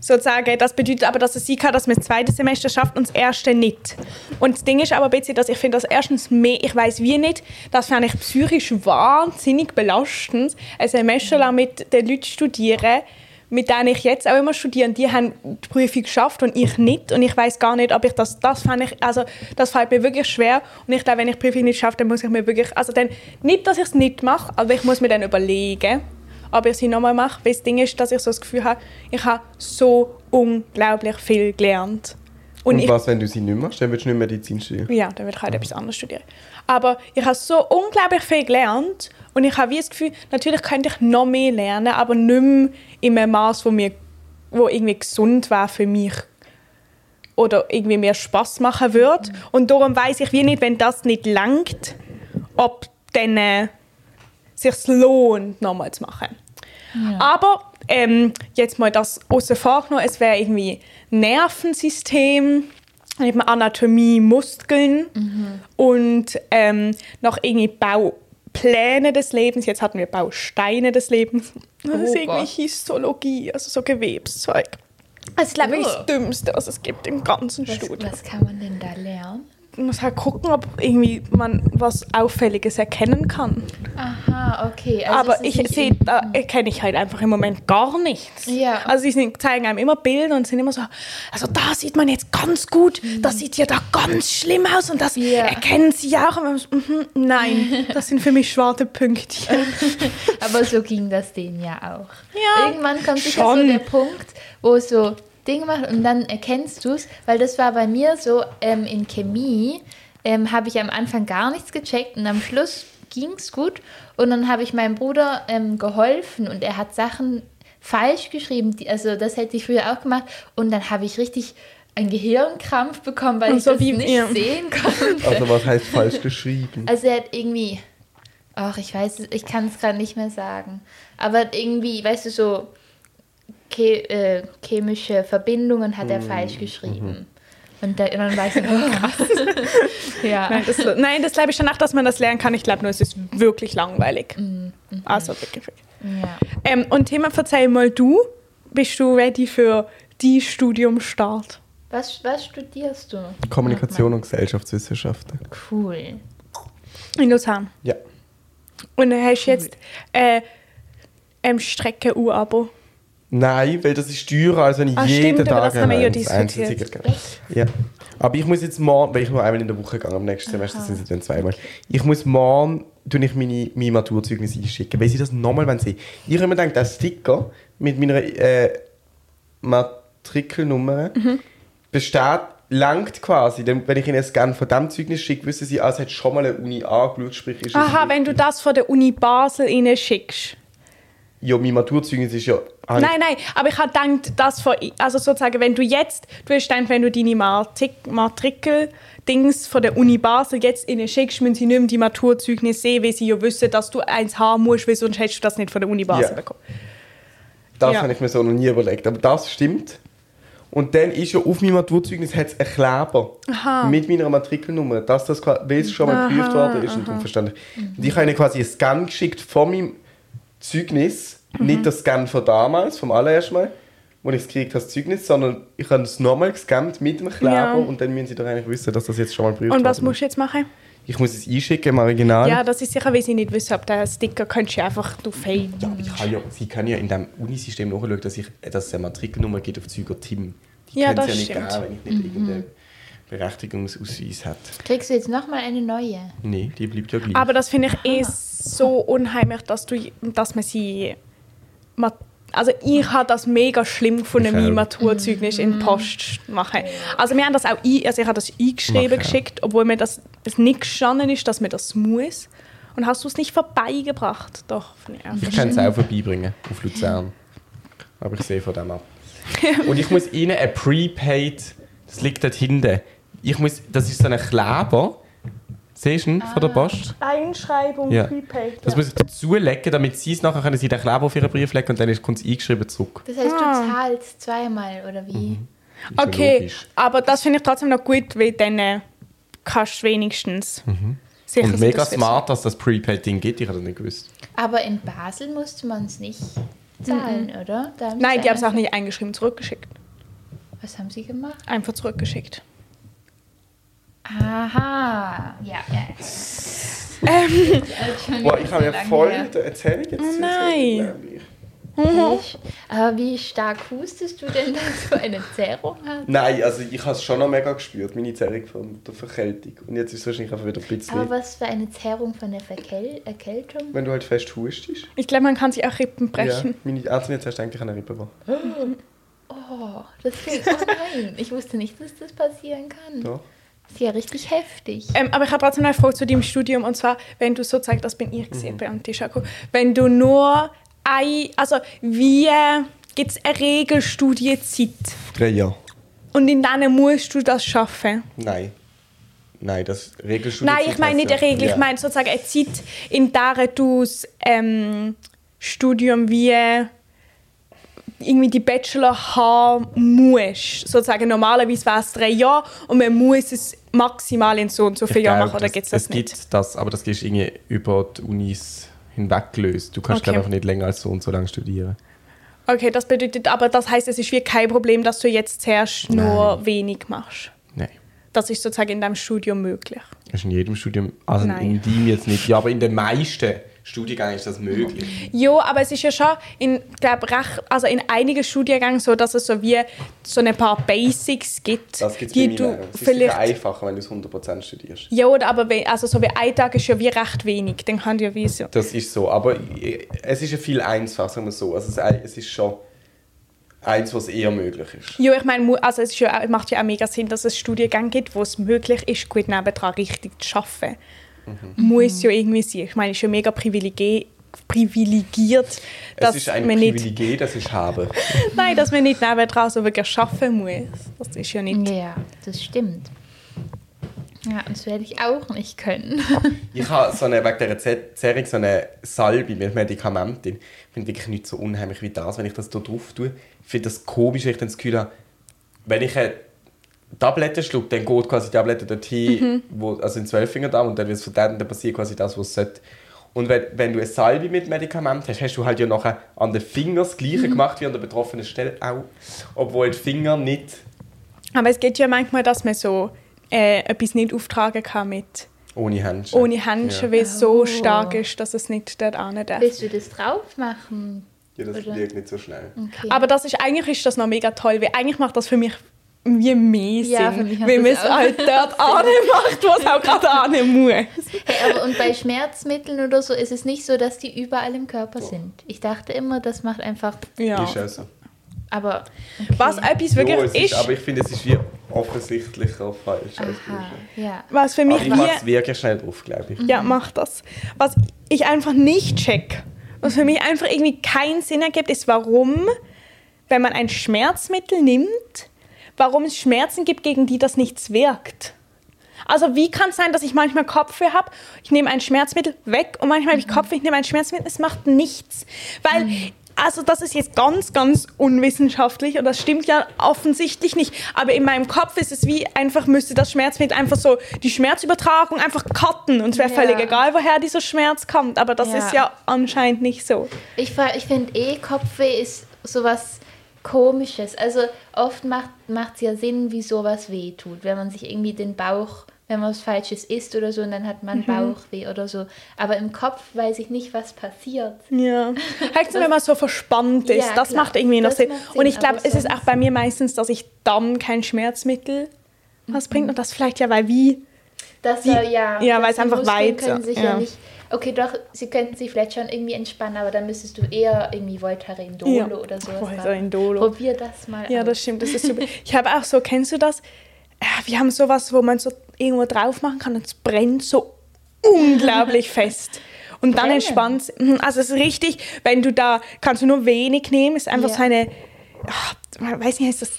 A: sozusagen, das bedeutet aber, dass es sie kann, dass man das zweite Semester schafft und das erste nicht. Und das Ding ist aber ein bisschen, dass ich finde, das erstens mehr, ich weiß wie nicht, das fände ich psychisch wahnsinnig belastend, ein Semester lang mit den Leuten studieren, mit denen ich jetzt auch immer studiere, und die haben die Prüfung geschafft und ich nicht. Und ich weiß gar nicht, ob ich das, das fand ich, also das fällt mir wirklich schwer. Und ich glaube, wenn ich die Prüfung nicht schaffe, dann muss ich mir wirklich, also dann, nicht, dass ich es nicht mache, aber ich muss mir dann überlegen, ob ich sie nochmal mache. Weil das Ding ist, dass ich so das Gefühl habe, ich habe so unglaublich viel gelernt. Und,
C: Und
A: ich,
C: was, wenn du sie nicht machst? Dann willst du nicht Medizin studieren.
A: ja, dann würde ich halt etwas anderes studieren. Aber ich habe so unglaublich viel gelernt und ich habe wie das Gefühl, natürlich könnte ich noch mehr lernen, aber nicht mehr in einem Maß, wo mir wo irgendwie gesund war für mich oder irgendwie mehr Spaß machen würde. Und darum weiß ich wie nicht, wenn das nicht langt, ob dann äh, sich lohnt, nochmal zu machen. Aber ähm, jetzt mal das außen vor genommen, es wäre irgendwie Nervensystem dann hat man Anatomie, Muskeln
B: Mhm.
A: und ähm, noch irgendwie Baupläne des Lebens. Jetzt hatten wir Bausteine des Lebens. Das ist
B: Oh
A: irgendwie
B: Gott.
A: Histologie, also so Gewebszeug. Das ist, glaube ich, das
B: Ugh.
A: Dümmste, was es gibt im ganzen
B: Was,
A: Studium.
B: was kann man denn da lernen?
A: Man muss halt gucken, ob irgendwie man was Auffälliges erkennen kann.
B: Aha, okay. also es
A: Aber
B: ist
A: ich
B: nicht
A: sehe,
B: in-
A: da erkenne ich halt einfach im Moment gar nichts.
B: Ja.
A: Also sie sind- zeigen einem immer Bilder und sind immer so, also da sieht man jetzt ganz gut, das sieht ja da ganz schlimm aus und das
B: Mhm. Ja.
A: erkennen sie ja auch. Und man so, mhm, nein, das sind für mich schwarze Pünktchen.
B: Aber so ging das denen ja auch.
A: Ja,
B: Irgendwann kommt sicher so
A: schon.
B: der Punkt, wo es so Dinge macht und dann erkennst du es, weil das war bei mir so ähm, in Chemie, ähm, habe ich am Anfang gar nichts gecheckt und am Schluss ging es gut und dann habe ich meinem Bruder ähm, geholfen und er hat Sachen falsch geschrieben, die, also das hätte ich früher auch gemacht und dann habe ich richtig einen Gehirnkrampf bekommen, weil
A: Und
B: ich
A: so
B: das
A: wie-
B: nicht
A: ja.
B: sehen konnte.
C: Also was heißt falsch geschrieben?
B: Also er hat irgendwie, ach, ich weiß es, ich kann es gerade nicht mehr sagen, aber irgendwie, weißt du, so che äh, chemische Verbindungen hat er falsch geschrieben. Und, da, und dann war ich so, oh. ja.
A: nein, das, nein, das glaube ich schon nach, dass man das lernen kann. Ich glaube nur, es ist wirklich langweilig.
B: Mhm,
A: Also wirklich.
B: ja.
A: Ähm, und Thema, verzeih mal du, bist du ready für die Studiumstart?
B: Was, was studierst du?
A: Also-
C: Kommunikation und Gesellschaftswissenschaften.
B: Cool.
A: In Lausanne.
C: Ja.
A: Und dann hast du jetzt äh, ähm, Strecke-U-Abo.
C: Nein, weil das ist teurer, als wenn ich
A: Ah,
C: jeden
A: stimmt, über
C: Tag
A: das haben wir ja
C: ein einzelnes
A: diskutiert.
C: Ticket gebe. Ja. Aber ich muss jetzt morgen, weil ich nur einmal in der Woche gehe, am nächsten Semester sind sie dann zweimal. Ich muss morgen tue ich meine, meine Maturzeugnis einschicken, weil sie das nochmal sehen wollen. Ich habe mir gedacht, der Sticker mit meiner äh, Matrikelnummer
A: Mhm.
C: besteht, langt quasi. Denn wenn ich ihnen einen Scan von diesem Zeugnis schicke, wissen sie, ah, es hat schon mal eine Uni angeschaut, sprich ist es
A: Aha, wenn du das von der Uni Basel rein schickst.
C: Ja, mein Maturzeugnis ist Ah, ja... habe ich-
A: Nein, nein, aber ich habe gedacht, das von, also sozusagen, wenn du jetzt, du hast gedacht, wenn du deine Matik- Matrikel-Dings von der Uni Basel jetzt rein schickst, müssen sie nicht mehr die Maturzeugnis sehen, weil sie ja wissen, dass du eins haben musst, weil sonst hättest du das nicht von der Uni Basel
C: Ja.
A: bekommen.
C: Das
A: Ja.
C: habe ich mir so noch nie überlegt. Aber das stimmt. Und dann ist ja auf meinem Maturzeugnis hat's einen Kleber mit meiner Matrikelnummer, dass das, qua- weil es schon mal geprüft worden ist und unverständlich. Und ich habe ihnen quasi einen Scan geschickt von meinem Zeugnis,
A: Mhm.
C: nicht das Scan von damals, vom allerersten Mal, wo ich es gekriegt habe, das Zeugnis, sondern ich habe es nochmal gescannt mit dem Kleber
A: Ja.
C: und dann müssen sie doch eigentlich wissen, dass das jetzt schon mal geprüft
A: Und was
C: worden
A: musst
C: ist.
A: du jetzt machen?
C: Ich muss es einschicken im Original.
A: Ja, das ist sicher, weil sie nicht wissen, ob der Sticker könntest du einfach du faden.
C: Ja, aber ich kann ja, sie können ja in diesem Unisystem nachschauen, dass, ich, dass es eine Matrikelnummer gibt auf Züger Tim. Die
A: Ja,
C: können's
A: das stimmt. Mhm.
C: nicht geben, wenn ich nicht irgendeinen Berechtigungsausweis hätte.
B: Kriegst du jetzt nochmal eine neue?
C: Nee, die bleibt ja gleich.
A: Aber das finde ich eh so unheimlich, dass, du, dass man sie. ma- Also ich habe das mega schlimm gefunden,
C: Ich
A: mein
C: auch.
A: Maturzeugnis in Post machen. Also wir haben das auch ein, also ich habe das
C: Mach ich
A: eingeschrieben
C: auch.
A: geschickt, obwohl mir das es nicht gestanden ist, dass mir das muss. Und hast du es nicht vorbeigebracht? Doch. finde ich auch.
C: ich kann es auch vorbeibringen, auf Luzern. Aber ich sehe von dem ab. Und ich muss ihnen ein Prepaid, das liegt dort hinten. Ich muss, das ist so ein Kleber, siehst du ihn, von der Post?
A: Einschreibung
C: Ja.
A: Ah. prepaid.
C: Das
A: ja.
C: muss ich dazulegen, damit sie es nachher können, sie den Kleber auf ihren Brief legen und dann kommt es eingeschrieben zurück.
B: Das heißt, du
A: Ah.
B: zahlst zweimal, oder wie?
C: Ist ja
A: Okay,
C: logisch.
A: aber das finde ich trotzdem noch gut, weil dann äh, kannst du wenigstens. sicher
C: Mhm. Und
A: sein,
C: mega
A: dass wir-
C: smart, dass das Prepaid-Ding geht, ich habe das nicht gewusst.
B: Aber in Basel musste man es nicht zahlen, oder? Da haben's
A: Mhm. Nein, die haben es
B: einfach-
A: auch nicht eingeschrieben, zurückgeschickt.
B: Was haben sie gemacht?
A: Einfach zurückgeschickt.
B: Aha, ja, ja.
C: Boah, ich habe ja voll
B: her.
C: der Erzählung jetzt.
A: Oh nein.
C: Mhm.
B: Ich, aber Äh, wie stark hustest du denn, dass du eine Zerrung hast?
C: Nein, also ich habe es schon noch mega gespürt, meine Erzählung von der Verkältung. Und jetzt ist es wahrscheinlich einfach wieder ein bisschen.
B: Aber was für eine Zerrung von der Verkel Erkältung?
C: wenn du halt fest hustest.
A: Ich glaube, man kann sich auch Rippen
C: Ja,
A: brechen.
C: meine Ärztin hat zuerst eigentlich eine Rippe. gehabt.
B: Oh, das klingt, oh nein, ich wusste nicht, dass das passieren kann.
C: Doch.
B: Das ist ja richtig heftig.
A: Ähm, aber ich habe trotzdem noch eine Frage zu deinem Studium. Und zwar, wenn du sozusagen, das bin ich
C: Mhm.
A: gesehen bei Antischako, wenn du nur ein, also wie gibt es eine Regelstudienzeit?
C: Drei Jahre.
A: Und in denen musst du das schaffen.
C: Nein. Nein, das regelst du
A: Nein, ich meine nicht
C: der
A: eine Regel, ich meine sozusagen eine Zeit, in der du das ähm, Studium wie irgendwie die Bachelor haben musst. Sozusagen normalerweise wäre es drei Jahre und man muss es maximal in so und so vielen Jahren machen, oder gibt es das
C: es
A: nicht?
C: gibt das, aber das ist irgendwie über die Unis hinweg gelöst. Du kannst
A: Okay.
C: glaube ich einfach nicht länger als so und so lange studieren.
A: Okay, das bedeutet, aber das heißt, es ist wie kein Problem, dass du jetzt zuerst nur wenig machst.
C: Nein.
A: Das ist sozusagen in deinem Studium möglich.
C: Das ist in jedem Studium, also
A: Nein.
C: in dem jetzt nicht, ja, aber in den meisten Studiengängen ist das möglich.
A: Ja, aber es ist ja schon in, glaub, recht, also in einigen Studiengängen so, dass es so wie so ein paar Basics gibt,
C: Das gibt
A: die
C: es bei
A: du
C: mir Es ist sicher
A: vielleicht.
C: einfacher, wenn du es 100% studierst.
A: Ja, oder aber wenn, also so wie ein Tag ist ja wie recht wenig, dann kann ja wie so.
C: Das ist so, aber i- es ist ja viel einfacher, sagen wir so. Also es, ei- es ist schon eins, was eher möglich ist.
A: Ja, ich meine, mu- also es ist ja, auch- macht ja auch mega Sinn, dass es Studiengänge gibt, wo es möglich ist, gut nebendran richtig zu arbeiten.
C: Mhm.
A: Muss ja irgendwie sein. Ich meine, es ist ja mega privilegiert, privilegiert dass,
C: es ist ein
A: man nicht,
C: Privileg, das ich habe.
A: nein, dass man nicht nebendran so wirklich arbeiten muss. Das ist ja nicht...
B: Ja, das stimmt. Ja, und das werde ich auch nicht können.
C: Ich habe so eine, wegen dieser Z- Serie so eine Salbe mit Medikamenten. Ich finde wirklich nicht so unheimlich wie das, wenn ich das da drauf tue. Ich finde das komisch, weil ich dann das Gefühl habe, wenn ich eine Tablette schlucke, dann geht quasi die Tablette
A: Mhm.
C: dorthin, wo, also in zwölf Finger da und dann wird es verdammt, dann passiert quasi das, was es sollte. Und wenn, wenn du eine Salbe mit Medikament hast, hast du halt ja nachher an den Fingern das
A: Mhm.
C: Gleiche gemacht wie an der betroffenen Stelle auch. Obwohl die Finger nicht...
A: Aber es geht ja manchmal, dass man so äh, etwas nicht auftragen kann mit
C: Ohne Händchen.
A: ohne Händchen, weil es so
B: Oh.
A: stark ist, dass es nicht dort hin darf.
B: Willst du das drauf machen?
C: Ja, das
B: Oder?
C: wirkt nicht so schnell.
B: Okay.
A: Aber das ist, eigentlich ist das noch mega toll, weil eigentlich macht das für mich wie mehr Sinn,
B: Ja, für mich hat
A: weil man
B: das
A: es
B: auch
A: halt dort anmacht, wo es auch gerade annehmen muss.
B: hey, aber und bei Schmerzmitteln oder so ist es nicht so, dass die überall im Körper sind. Ich dachte immer, das macht einfach.
A: Ja.
C: Ist auch so.
B: Aber.
A: Was etwas wirklich
C: Ja, es ist,
A: ist,
C: aber ich finde, es ist wie offensichtlicher falsch. als
B: Aha,
C: möglich.
B: ja.
A: was für
C: Aber
A: mich
C: ich mache es
A: wie,
C: wirklich schnell drauf, glaube ich.
A: ja, macht das. Was ich einfach nicht check, was für mich einfach irgendwie keinen Sinn ergibt, ist, warum, wenn man ein Schmerzmittel nimmt, warum es Schmerzen gibt, gegen die das nichts wirkt. Also wie kann es sein, dass ich manchmal Kopfweh habe, ich nehme ein Schmerzmittel weg und manchmal habe ich Kopfweh, ich nehme ein Schmerzmittel, es macht nichts. Weil, also das ist jetzt ganz, ganz unwissenschaftlich und das stimmt ja offensichtlich nicht. Aber in meinem Kopf ist es wie, einfach müsste das Schmerzmittel einfach so die Schmerzübertragung einfach cutten und es wäre
B: Ja.
A: völlig egal, woher dieser Schmerz kommt. Aber das
B: Ja.
A: ist ja anscheinend nicht so.
B: Ich, ver- ich finde eh, Kopfweh ist sowas Komisches. Also oft macht es ja Sinn, wie sowas weh tut. Wenn man sich irgendwie den Bauch, wenn man was Falsches isst oder so, und dann hat man
A: Mhm.
B: Bauchweh oder so. Aber im Kopf weiß ich nicht, was passiert.
A: Ja. Höchstens, wenn man so verspannt ist.
B: Ja,
A: das
B: klar.
A: macht irgendwie noch
B: Das
A: Sinn.
B: macht Sinn,
A: Und ich glaube,
B: aber
A: es ist auch
B: sonst-
A: bei mir meistens, dass ich dann kein Schmerzmittel was
B: Mhm.
A: bringt. Und das vielleicht ja, weil wie.
B: Das
A: Die-
B: soll ja.
A: ja, weil
B: dass
A: es
B: die
A: einfach
B: Muskeln
A: weiter-
B: können sich ja.
A: ja.
B: nicht. Okay, doch, sie könnten sich vielleicht schon irgendwie entspannen, aber dann müsstest du eher irgendwie Voltaren Dolo
A: Ja.
B: oder sowas.
A: Voltaren
B: haben.
A: Dolo.
B: Probier das mal
A: Ja,
B: aus.
A: das stimmt. Das ist super. Ich habe auch so, kennst du das? Äh, Wir haben sowas, wo man so irgendwo drauf machen kann und es brennt so unglaublich fest. Und dann
B: Brennen?
A: entspannt es. Mhm, Also es ist richtig, wenn du da, kannst du nur wenig nehmen, ist einfach
B: Ja.
A: so eine, ach, weiß nicht, heißt das,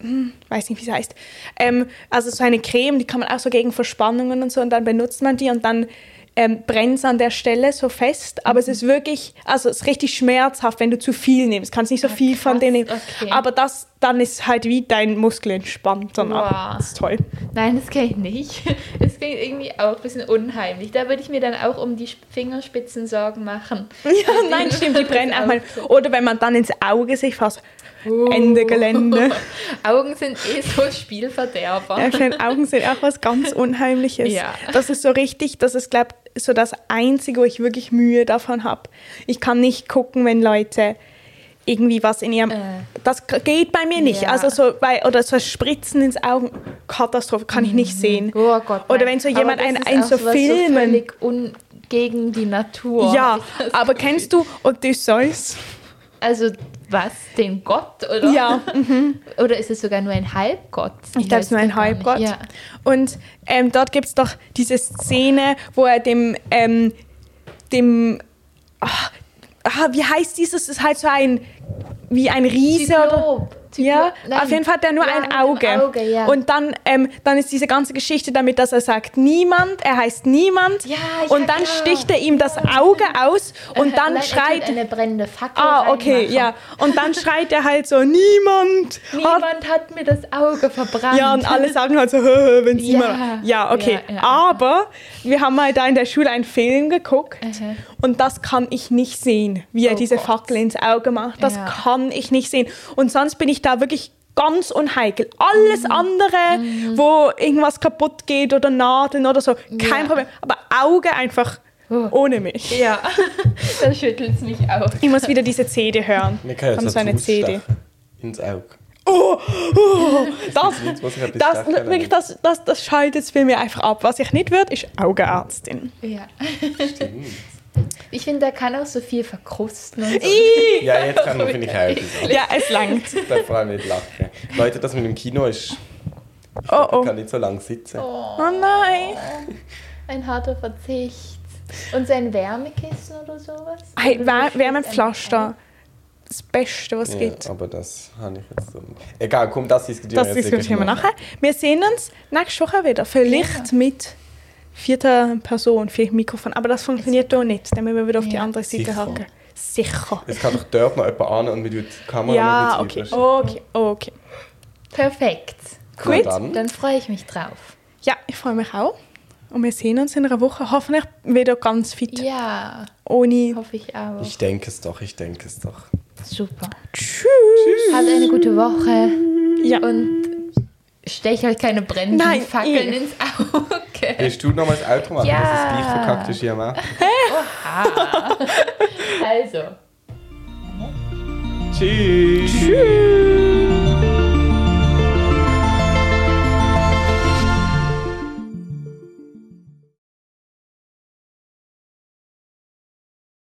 A: hm, weiß nicht, wie es heißt. Ähm, also so eine Creme, die kann man auch so gegen Verspannungen und so und dann benutzt man die und dann ähm, brennt es an der Stelle so fest. Aber es
B: Mhm.
A: ist wirklich, also es ist richtig schmerzhaft, wenn du zu viel nimmst. Kannst nicht so
B: Ah,
A: viel von
B: krass,
A: denen.
B: okay.
A: Aber das, dann ist halt wie dein Muskel entspannt. Dann
B: Wow.
A: ab. Das ist toll.
B: Nein, das kenne ich nicht. Das klingt irgendwie auch ein bisschen unheimlich. Da würde ich mir dann auch um die Sp- Fingerspitzen Sorgen machen.
A: Ja, nein, stimmt, die brennen auch mal. Oder wenn man dann ins Auge sich fasst.
B: Uh.
A: Ende Gelände.
B: Augen sind eh so Spielverderber.
A: Ja, kleine Augen sind auch was ganz Unheimliches.
B: Ja.
A: Das ist so richtig, das ist, glaube ich, so das Einzige, wo ich wirklich Mühe davon habe. Ich kann nicht gucken, wenn Leute irgendwie was in ihrem...
B: Äh.
A: Das k- geht bei mir nicht.
B: Ja.
A: Also so bei, oder so Spritzen ins Augen, Katastrophe, kann ich nicht sehen.
B: Oh Gott.
A: Oder
B: nein.
A: wenn so
B: Aber
A: jemand
B: das
A: einen-
B: ist
A: einen
B: auch
A: so
B: sowas
A: filmen.
B: So völlig un gegen die Natur.
A: Ja, aber kennst du Odysseus?
B: Also was? Den Gott? Oder?
A: Ja,
B: Oder ist es sogar nur ein Halbgott?
A: Ich glaube, es ist nur
B: weiß
A: ein
B: gar nicht.
A: Halbgott.
B: Ja.
A: Und ähm, dort gibt es doch diese Szene, wo er dem, ähm, dem, ah, ah, wie heißt dieses? Es ist halt so ein, wie ein Riese oder
B: Zyklop. Typ-
A: Ja,
B: Nein.
A: auf jeden Fall hat er nur
B: Ja,
A: ein
B: mit dem
A: Auge.
B: Auge, ja.
A: Und dann, ähm, dann ist diese ganze Geschichte damit, dass er sagt, niemand, er heißt niemand.
B: Ja, ja,
A: und dann
B: klar.
A: sticht er ihm das Auge aus und
B: Äh,
A: dann
B: nein, er tut
A: schreit.
B: eine brennende Fackel.
A: Ah, okay,
B: reinmachen.
A: ja. Und dann schreit er halt so, niemand. hat
B: Niemand hat mir das Auge verbrannt.
A: Ja, und alle sagen halt so, wenn es
B: Ja.
A: immer. Ja, okay.
B: Ja, ja.
A: Aber wir haben mal da in der Schule einen Film geguckt
B: Mhm.
A: und das kann ich nicht sehen, wie er
B: Oh
A: diese
B: Gott.
A: Fackel ins Auge macht. Das
B: Ja.
A: kann ich nicht sehen. Und sonst bin ich da wirklich ganz unheikel.
B: Mhm.
A: Alles andere, wo irgendwas kaputt geht oder Nadeln oder so, kein
B: Ja.
A: Problem. Aber Auge einfach
B: Oh.
A: ohne mich.
B: Ja, da schüttelt es mich auch.
A: Ich muss wieder diese CD hören.
C: Wir können
A: Von
C: jetzt
A: so einer CD.
C: Ins Auge.
A: Oh, oh, das,
C: Jetzt muss ich ein bisschen
A: das,
C: stärker
A: wirklich, das, das, das schaltet es für mich einfach ab. Was ich nicht würde, ist Augenärztin.
B: Ja. Ich finde, der kann auch so viel verkrusten und so.
A: Ih!
C: Ja, jetzt kann man, finde ich, auch etwas.
A: Ja, es langt.
C: Ich darf vor allem nicht lachen. Leute, das mit dem Kino ist.
A: Oh,
C: Man
A: oh.
C: kann nicht so lange sitzen.
A: Oh nein.
B: Ein harter Verzicht. Und so ein Wärmekissen oder sowas.
A: Hey, Wär- Wärmepflaster. Das Beste, was es
C: Ja,
A: gibt.
C: aber das habe ich jetzt so nicht. Egal, komm, das diskutieren
A: Das
C: jetzt
A: diskutieren wir
C: wirklich
A: nachher. Wir sehen uns nächste Woche wieder. Vielleicht mit vierter Person, vielleicht Mikrofon. Aber das funktioniert hier nicht. Dann müssen wir wieder auf die
B: Ja.
A: andere Seite
C: Sicher.
A: hacken. Sicher.
C: Es kann doch dort noch jemand an und wir tun die Kamera
A: Ja,
C: noch ein bisschen
A: okay. Oh, Okay, okay.
B: Perfekt.
C: Na
A: Gut.
C: dann.
B: Dann freue ich mich drauf.
A: Ja, ich freue mich auch. Und wir sehen uns in einer Woche hoffentlich wieder ganz fit.
B: Ja,
A: Ohne.
B: hoffe ich auch.
C: Ich denke es doch, ich denke es doch.
B: Super.
A: Tschüss.
B: Habt eine gute Woche
A: Ja.
B: und stecht euch keine brennenden
A: Nein,
B: Fackeln
A: eh.
B: ins Auge.
C: Willst du noch mal das Auto machen,
B: Ja.
C: dass es gleich verkackt ist hier am Ende?
B: Also.
C: Tschüss.